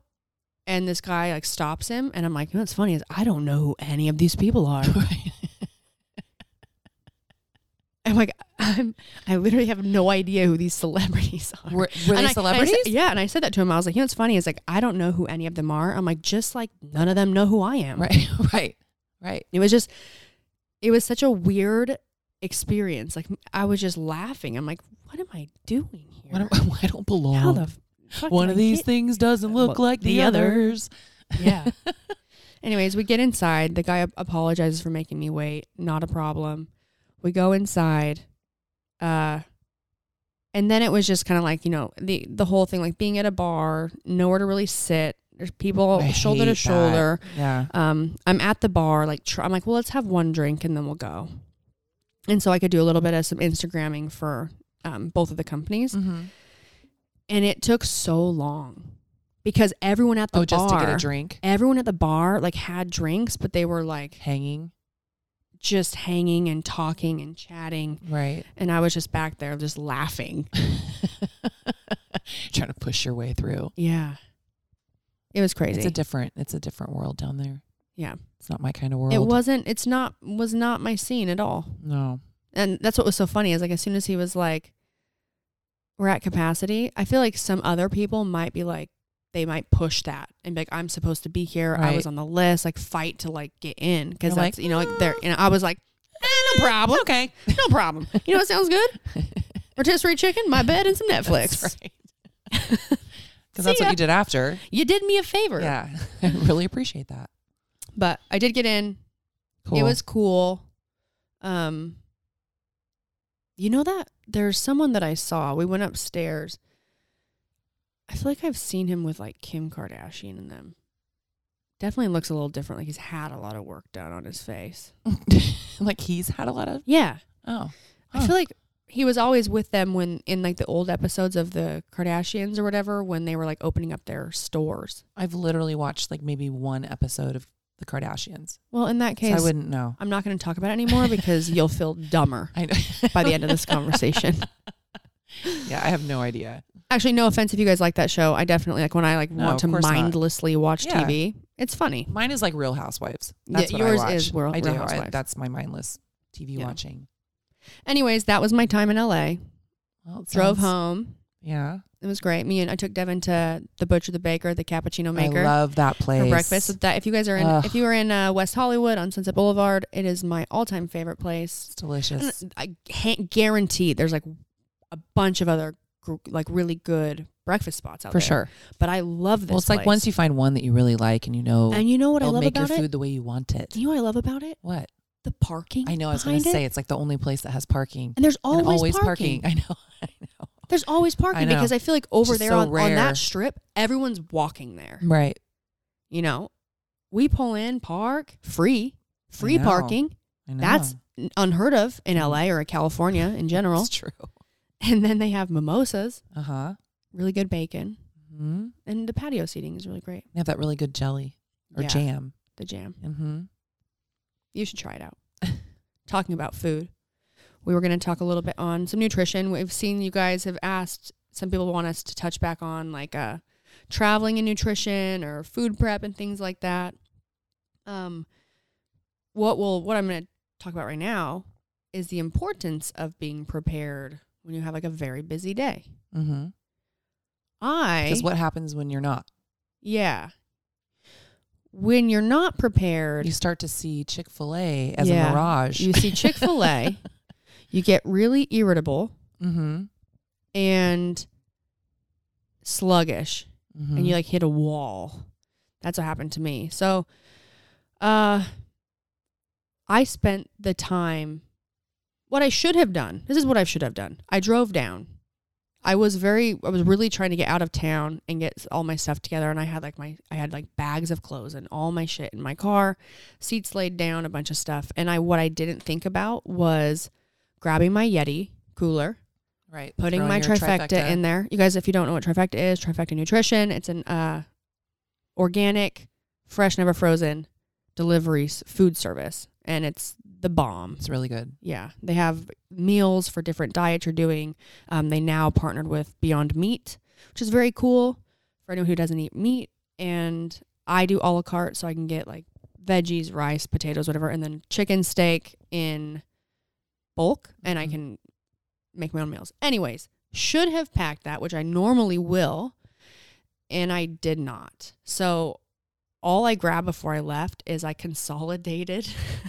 S2: And this guy like stops him, and I'm like, you know what's funny is I don't know who any of these people are. I'm like, I'm, I literally have no idea who these celebrities are.
S3: Were, were they
S2: And I- and I said-
S3: celebrities?
S2: yeah, and I said that to him. I was like, you know, what's funny is like I don't know who any of them are. I'm like, just like none of them know who I am.
S3: Right. Right. Right.
S2: It was just, it was such a weird experience. Like I was just laughing. I'm like, what am I doing here?
S3: What am- I don't belong.
S2: How the fuck
S3: One
S2: did I
S3: of these
S2: get-
S3: things doesn't look
S2: Well,
S3: like the,
S2: the other.
S3: others.
S2: Yeah. Anyways, we get inside. The guy ap- apologizes for making me wait. Not a problem. We go inside. Uh and then it was just kind of like, you know, the the whole thing like being at a bar, nowhere to really sit. There's people
S3: I
S2: shoulder
S3: hate
S2: to
S3: that.
S2: shoulder.
S3: Yeah.
S2: Um I'm at the bar like tr- I'm like, "Well, let's have one drink and then we'll go." And so I could do a little bit of some Instagramming for um, both of the companies,
S3: Mm-hmm.
S2: and it took so long because everyone at the
S3: Oh, just to get
S2: bar-
S3: a drink,
S2: Everyone at the bar like had drinks, but they were like
S3: hanging,
S2: just hanging and talking and chatting.
S3: right?
S2: And I was just back there just laughing.
S3: Trying to push your way through.
S2: Yeah. It was crazy.
S3: It's a different. It's a different world down there.
S2: yeah.
S3: It's not my kind of world.
S2: It wasn't it's not was not my scene at all.
S3: No.
S2: And that's what was so funny is like as soon as he was like we're at capacity, I feel like some other people might be like they might push that and be like, I'm supposed to be here. I
S3: Right.
S2: was on the list, like fight to like get in. Cause that's,
S3: You're like, "Ah."
S2: you know, like they're, and I was like, eh, no problem. Okay. No problem. You know what sounds good? Rotisserie chicken, my bed, and some Netflix.
S3: That's right. Because that's
S2: See
S3: what
S2: ya.
S3: you did after.
S2: You did me a favor.
S3: Yeah. I really appreciate that.
S2: But I did get in.
S3: Cool.
S2: It was cool. Um You know that there's someone that I saw. We went upstairs. I feel like I've seen him with like Kim Kardashian and them. Definitely looks a little different. Like he's had a lot of work done on his face.
S3: like he's had a lot of.
S2: Yeah.
S3: Oh.
S2: I feel like he was always with them when in like the old episodes of the Kardashians or whatever when they were like opening up their stores.
S3: I've literally watched like maybe one episode of The Kardashians.
S2: Well, in that
S3: so
S2: case,
S3: I wouldn't know.
S2: I'm not going to talk about it anymore because you'll feel dumber
S3: I know.
S2: by the end of this conversation.
S3: yeah, I have no idea.
S2: Actually, no offense if you guys like that show. I definitely like when I like
S3: No,
S2: want
S3: of
S2: to
S3: course not.
S2: mindlessly watch
S3: Yeah.
S2: TV. It's funny.
S3: Mine is like Real Housewives.
S2: Yeah,
S3: That's what
S2: yours
S3: I watch.
S2: is Real-
S3: I do.
S2: Real
S3: I-
S2: Housewives.
S3: that's my mindless TV
S2: Yeah.
S3: watching.
S2: Anyways, that was my time in LA.
S3: Well, it
S2: Drove
S3: sounds-
S2: home.
S3: Yeah.
S2: It was great. Me and I took Devin to the butcher, the baker, the cappuccino maker
S3: I love that place.
S2: for breakfast. So that if you guys are in,
S3: Ugh.
S2: if you are in uh, West Hollywood on Sunset Boulevard, it is my all-time favorite place.
S3: It's delicious.
S2: And I can't guarantee there's like a bunch of other gr- like really good breakfast spots out
S3: For
S2: there
S3: sure.
S2: But I love this.
S3: Well, it's like
S2: place.
S3: once you find one that you really like and you know
S2: and you know what I
S3: it'll
S2: love
S3: make your
S2: about
S3: food
S2: it.
S3: the way you want it.
S2: Do you know what I love about it?
S3: What?
S2: The parking.
S3: I know. I was going
S2: behind
S3: to
S2: it.
S3: say it's like the only place that has parking.
S2: And there's always,
S3: and always
S2: parking.
S3: parking. I know. I know.
S2: There's always parking
S3: know.
S2: because I feel like over
S3: Just
S2: there
S3: so
S2: on, on
S3: rare.
S2: that strip, everyone's walking there.
S3: Right.
S2: You know, we pull in, park, free, free
S3: know.
S2: parking.
S3: I know.
S2: That's n- unheard of in LA or California in general.
S3: It's true.
S2: And then they have mimosas,
S3: Uh huh.
S2: really good bacon,
S3: hmm
S2: and the patio seating is really great.
S3: They have that really good jelly or
S2: Yeah.
S3: jam.
S2: The jam.
S3: Mm-hmm.
S2: You should try it out. Talking about food, we were going to talk a little bit on some nutrition. We've seen you guys have asked, some people want us to touch back on like uh, traveling and nutrition or food prep and things like that. Um, what will what I'm going to talk about right now is the importance of being prepared when you have like a very busy day.
S3: Mm-hmm.
S2: I
S3: Because what happens when you're not?
S2: yeah. When you're not prepared,
S3: You start to see Chick Fil A as
S2: Yeah.
S3: a mirage.
S2: You see Chick fil A, you get really irritable
S3: mm-hmm.
S2: and sluggish,
S3: mm-hmm.
S2: and you like hit a wall. That's what happened to me. So, uh, I spent the time, what I should have done, this is what I should have done. I drove down. I was very, I was really trying to get out of town and get all my stuff together. And I had like my, I had like bags of clothes and all my shit in my car, seats laid down, a bunch of stuff. And I, what I didn't think about was grabbing my Yeti cooler
S3: right
S2: putting
S3: throwing
S2: my
S3: your
S2: trifecta, in there. You guys, if you don't know what trifecta is, trifecta nutrition. It's an uh, organic, fresh, never frozen deliveries food service, and it's the bomb.
S3: It's really good.
S2: Yeah, they have meals for different diets you're doing. Um, they now partnered with Beyond Meat, which is very cool for anyone who doesn't eat meat. And I do a la carte, so I can get like veggies, rice, potatoes, whatever, and then chicken steak in bulk, and I
S3: Mhm.
S2: can make my own meals. Anyways, should have packed that, which I normally will, and I did not. So all I grabbed before I left is I consolidated.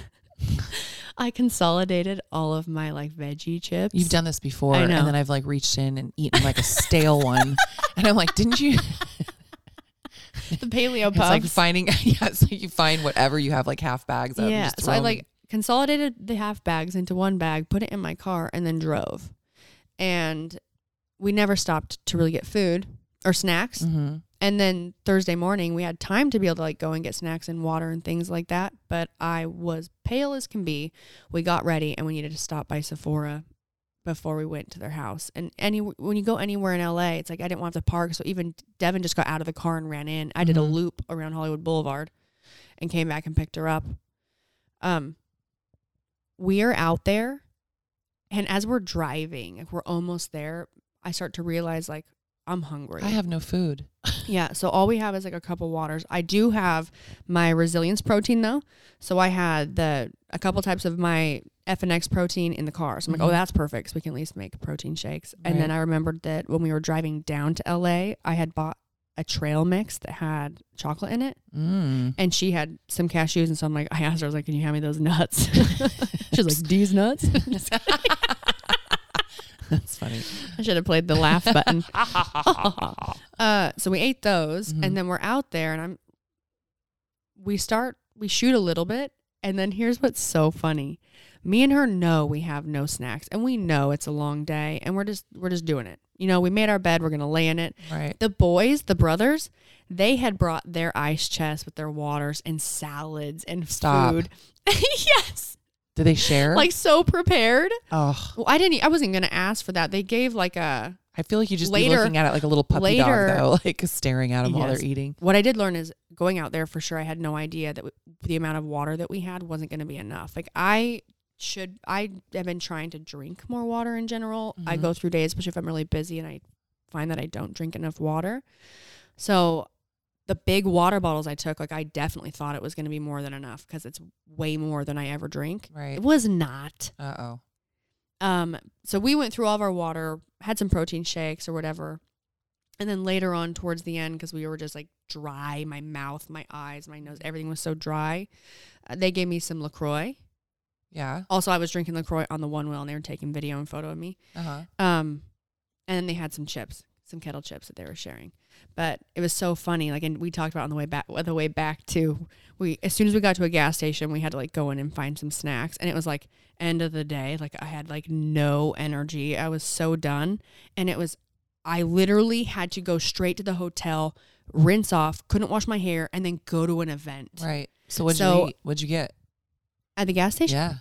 S2: I consolidated all of my like veggie chips.
S3: You've done this before,
S2: I know.
S3: and then I've like reached in and eaten like a stale one, and I'm like, didn't you?
S2: the paleo
S3: It's like
S2: puffs.
S3: finding, yeah, it's like you find whatever you have like half bags of. and
S2: yeah,
S3: just
S2: so
S3: throw
S2: I
S3: 'em
S2: like consolidated the half bags into one bag, put it in my car, and then drove. And we never stopped to really get food or snacks.
S3: Mm-hmm.
S2: And then Thursday morning, we had time to be able to like go and get snacks and water and things like that. But I was pale as can be. We got ready and we needed to stop by Sephora before we went to their house. And any when you go anywhere in LA, it's like I didn't want to park. So even Devin just got out of the car and ran in. I did a
S3: Mhm.
S2: loop around Hollywood Boulevard and came back and picked her up. Um, we are out there, and as we're driving, like we're almost there. I start to realize like I'm hungry.
S3: I have no food.
S2: Yeah, so all we have is like a couple waters. I do have my resilience protein though. So I had the a couple types of my FNX protein in the car. So I'm like,
S3: Mhm.
S2: oh, that's perfect. So we can at least make protein shakes. And then
S3: Right.
S2: I remembered that when we were driving down to LA, I had bought a trail mix that had chocolate in it.
S3: Mm.
S2: And she had some cashews. And so I'm like, I asked her, I was like, can you hand me those nuts? She's like, these nuts?
S3: That's funny.
S2: I should have played the laugh button. uh, so we ate those,
S3: Mhm.
S2: and then we're out there, and I'm. We start. We shoot a little bit, and then here's what's so funny. Me and her know we have no snacks, and we know it's a long day, and we're just we're just doing it. You know, we made our bed. We're gonna lay in it.
S3: Right.
S2: The boys, the brothers, they had brought their ice chest with their waters and salads and
S3: Stop.
S2: food. yes,
S3: Do they share?
S2: like so prepared.
S3: oh,
S2: Well, I didn't. e, I wasn't gonna ask for that. They gave like a
S3: I feel like you just be
S2: Later-
S3: looking at it like a little puppy
S2: later-
S3: dog, though, like staring at them while
S2: Yes.
S3: they're eating.
S2: What I did learn is going out there for sure. I had no idea that w- the amount of water that we had wasn't going to be enough. Like I should, I have been trying to drink more water in general. I
S3: Mhm.
S2: go through days, especially if I'm really busy, and I find that I don't drink enough water. So the big water bottles I took, like I definitely thought it was going to be more than enough because it's way more than I ever drink.
S3: Right.
S2: It was not.
S3: Uh oh.
S2: Um, so we went through all of our water, had some protein shakes or whatever. And then later on, towards the end, because we were just like dry my mouth, my eyes, my nose, everything was so dry. Uh, they gave me some LaCroix.
S3: Yeah.
S2: Also, I was drinking LaCroix on the one wheel and they were taking video and photo of me.
S3: Uh huh.
S2: Um, and then they had some chips, some kettle chips that they were sharing. But it was so funny. Like, and we talked about on the way back, on the way back too. We as soon as we got to a gas station, we had to like go in and find some snacks. And it was like end of the day. Like I had like no energy. I was so done. And it was, I literally had to go straight to the hotel, rinse off, couldn't wash my hair, and then go to an event
S3: Right. So what'd
S2: So-
S3: you eat? What'd you get?
S2: at the gas station.
S3: Yeah.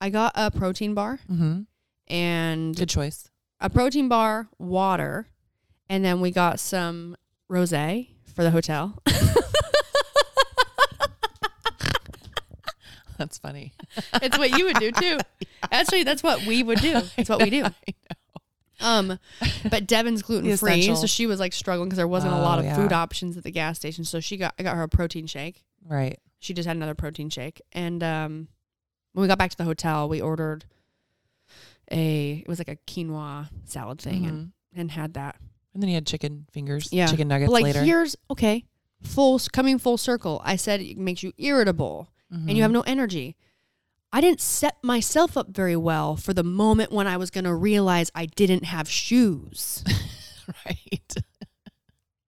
S2: I got a protein bar
S3: Mm-hmm.
S2: and
S3: Good choice.
S2: a protein bar, water, and then we got some rosé for the hotel.
S3: That's funny.
S2: it's what you would do too. Actually, that's what we would do. That's what we do. Um, but Devin's gluten free,
S3: essential.
S2: so she was like struggling because there wasn't a lot
S3: Oh,
S2: of
S3: yeah.
S2: food options at the gas station. So she got I got her a protein shake.
S3: Right.
S2: She just had another protein shake, and um, when we got back to the hotel, we ordered a it was like a quinoa salad
S3: Mm-hmm.
S2: thing and, and had that.
S3: And then you had chicken fingers.
S2: yeah.
S3: Chicken
S2: But,
S3: nuggets
S2: like
S3: later.
S2: here's okay, full coming full circle. I said it makes you irritable and
S3: Mm-hmm.
S2: you have no energy. I didn't set myself up very well for the moment when I was going to realize I didn't have shoes.
S3: right.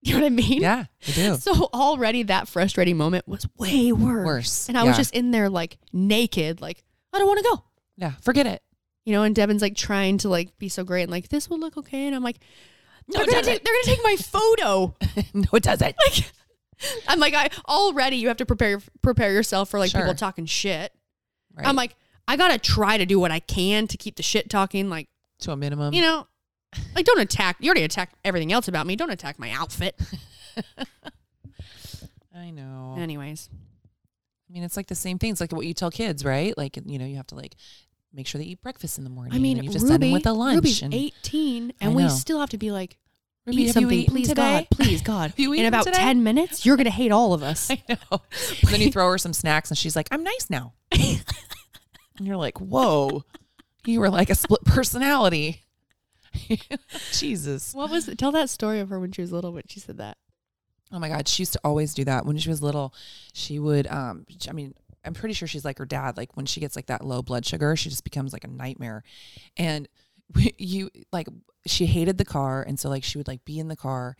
S2: You know what I mean?
S3: Yeah. You do.
S2: So already that frustrating moment was way worse.
S3: Worse,
S2: And I was
S3: yeah.
S2: just in there like naked, like I don't want to go.
S3: yeah. Forget it.
S2: You know, and Devin's like trying to like be so great and like this will look okay, and I'm like, they're
S3: it
S2: gonna
S3: doesn't.
S2: take, they're gonna take my photo.
S3: no, it doesn't.
S2: like I'm like I already you have to prepare prepare yourself for like
S3: Sure.
S2: people talking shit.
S3: Right.
S2: I'm like I gotta try to do what I can to keep the shit talking. Like
S3: to a minimum.
S2: you know, like don't attack. You already attacked everything else about me. Don't attack my outfit.
S3: I know.
S2: Anyways,
S3: I mean, it's like the same thing. It's like what you tell kids, right? Like, you know, you have to like make sure they eat breakfast in the morning.
S2: I mean,
S3: and you
S2: Ruby,
S3: just send them with a lunch.
S2: Ruby's
S3: and,
S2: 18,
S3: I
S2: and we
S3: know.
S2: still have to be like.
S3: Ruby, have
S2: eat
S3: you
S2: something,
S3: eaten
S2: please,
S3: today?
S2: God, please, God.
S3: Have you
S2: In
S3: eaten
S2: about
S3: today?
S2: ten minutes, you're gonna hate all of us.
S3: I know. And then you throw her some snacks and she's like, I'm nice now. and you're like, whoa, you were like a split personality. Jesus.
S2: What was it? Tell that story of her when she was little when she said that.
S3: Oh my God. She used to always do that. When she was little, she would, um, sh- I mean, I'm pretty sure she's like her dad. Like when she gets like that low blood sugar, she just becomes like a nightmare. And you like, she hated the car. And so like, she would like be in the car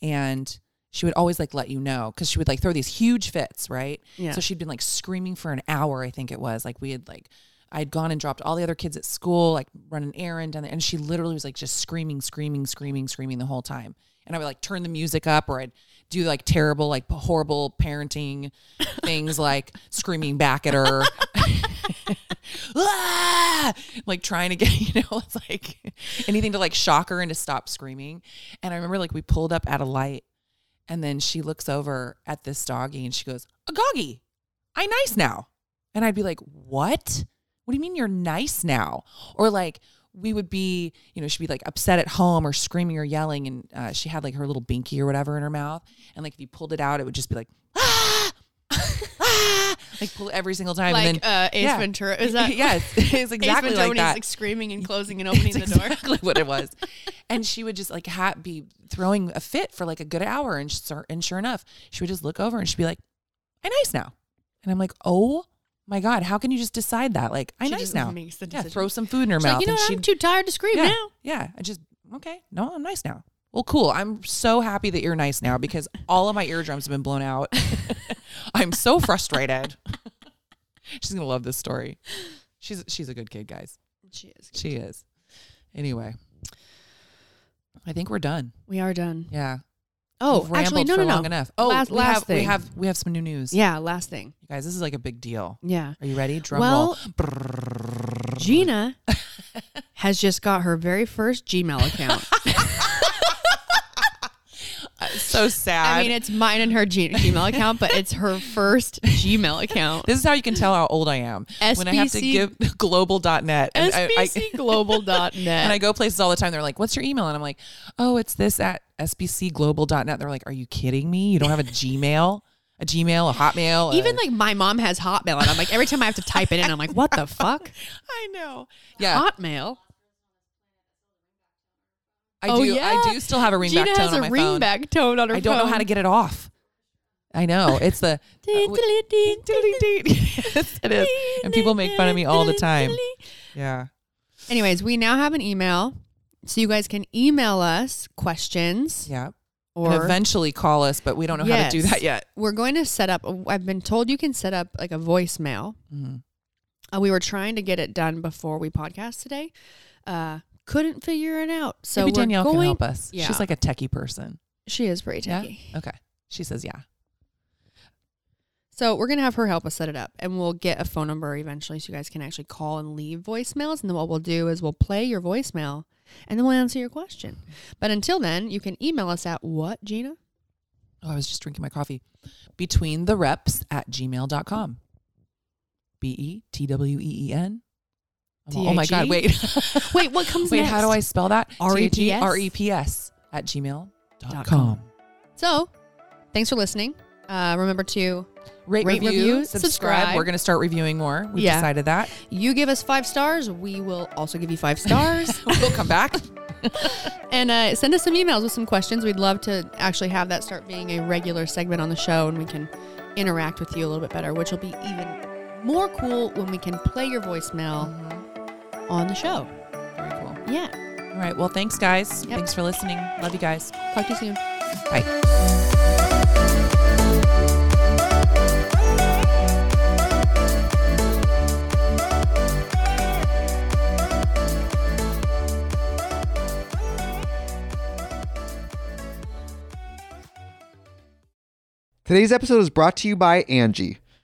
S3: and she would always like let you know because she would like throw these huge fits, right?
S2: Yeah.
S3: So she'd been like screaming for an hour, I think it was. Like we had like I'd gone and dropped all the other kids at school, like run an errand down there, and she literally was like just screaming, screaming, screaming, screaming the whole time. And I would like turn the music up, or I'd do like terrible, like horrible parenting things, like screaming back at her. "Ah!" like trying to get you know it's like anything to like shock her and to stop screaming and i remember like we pulled up at a light and then she looks over at this doggy and she goes a goggy i nice now and i'd be like what what do you mean you're nice now or like we would be you know she'd be like upset at home or screaming or yelling and uh, she had like her little binky or whatever in her mouth and like if you pulled it out it would just be like ah, ah, like pull it every single time and
S2: like
S3: then
S2: uh, Ace
S3: yeah.
S2: Ventura. Is that
S3: yeah, it's, it's exactly
S2: Ace Ventura
S3: like
S2: when
S3: that.
S2: He's like screaming and closing and opening the
S3: That's
S2: door.
S3: Exactly what it was. and she would just like ha- be throwing a fit for like a good hour, and sur- and sure enough, she would just look over and she'd be like, "I nice now," and I'm like, "Oh." My God, how can you just decide that? Like, I
S2: She
S3: nice
S2: just
S3: now.
S2: makes the
S3: yeah,
S2: decision.
S3: throw some food in her
S2: She's
S3: mouth.
S2: like, you know
S3: and
S2: what?
S3: she'd-
S2: I'm too tired to scream
S3: yeah,
S2: now.
S3: Yeah, I just okay. No, I'm nice now. Well, cool. I'm so happy that you're nice now because all of my eardrums have been blown out. I'm so frustrated. she's gonna love this story. She's she's a good kid, guys.
S2: She is.
S3: She is. Anyway, I think we're done.
S2: We are done.
S3: Yeah.
S2: Oh,
S3: We've
S2: actually,
S3: rambled
S2: no,
S3: for
S2: no, no.
S3: long enough. Oh,
S2: last,
S3: we
S2: last
S3: have
S2: thing.
S3: we have we have some new news.
S2: Yeah, last thing.
S3: you guys, this is like a big deal.
S2: Yeah.
S3: Are you ready? Drum roll.
S2: Well, Gina has just got her very first Gmail account.
S3: So sad.
S2: I mean, it's mine and her G- Gmail account, but it's her first Gmail account.
S3: this is how you can tell how old I am. When I have to
S2: SBC
S3: give global.net. And I- I-
S2: SBCglobal.net.
S3: and I go places all the time. They're like, what's your email? And I'm like, oh, it's this at sbcglobal.net. They're like, are you kidding me? You don't have a Gmail? A Gmail, a Hotmail? a-
S2: Even like my mom has Hotmail, and I'm like, every time I have to type it in, I'm like, what the fuck?
S3: I know. Yeah.
S2: Hotmail?
S3: I
S2: oh,
S3: do.
S2: yeah.
S3: I do still have a ringback
S2: Gina
S3: tone
S2: has
S3: on
S2: a
S3: my phone.
S2: ringback tone on her
S3: I don't know
S2: phone.
S3: how to get it off. I know. It's the. uh,
S2: Ding, ding, ding, ding, ding.
S3: yes, it is. And people make fun of me all the time. Yeah.
S2: Anyways, we now have an email. So you guys can email us questions
S3: Yeah.
S2: or
S3: and eventually call us, but we don't know how to do
S2: Yes.
S3: that yet.
S2: We're going to set up I've been told you can set up like a voicemail.
S3: Mhm.
S2: Uh, we were trying to get it done before we podcast today. Uh couldn't figure it out. So
S3: Maybe
S2: we're
S3: Danielle
S2: going,
S3: can help us.
S2: Yeah.
S3: She's like a techie person.
S2: She is pretty techie.
S3: Yeah. Okay. She says, yeah.
S2: So we're gonna have her help us set it up, and we'll get a phone number eventually, so you guys can actually call and leave voicemails. And then what we'll do is we'll play your voicemail, and then we'll answer your question. But until then, you can email us at what Gina?
S3: Oh, I was just drinking my coffee. Between the reps at gmail.com. B E T W E E N. Oh my God. Wait.
S2: E? Wait, what comes
S3: wait,
S2: next?
S3: how do I spell that?
S2: R-E-P-S?
S3: R E P S at gmail.com.
S2: Dot com. So, thanks for listening. Uh, remember to
S3: Rate,
S2: Rate,
S3: review,
S2: review,
S3: subscribe.
S2: subscribe.
S3: We're going to start reviewing more. We
S2: Yeah.
S3: decided that.
S2: you give us five stars. We will also give you five stars,
S3: We'll come back.
S2: and uh, send us some emails with some questions. We'd love to actually have that start being a regular segment on the show, and we can interact with you a little bit better, which will be even more cool when we can play your voicemail on the show.
S3: Mm-hmm. Very cool.
S2: Yeah,
S3: All right. Well, thanks, guys.
S2: Yep.
S3: Thanks for listening. Love you guys.
S2: talk to you soon.
S3: Bye.
S1: Today's episode is brought to you by Angie.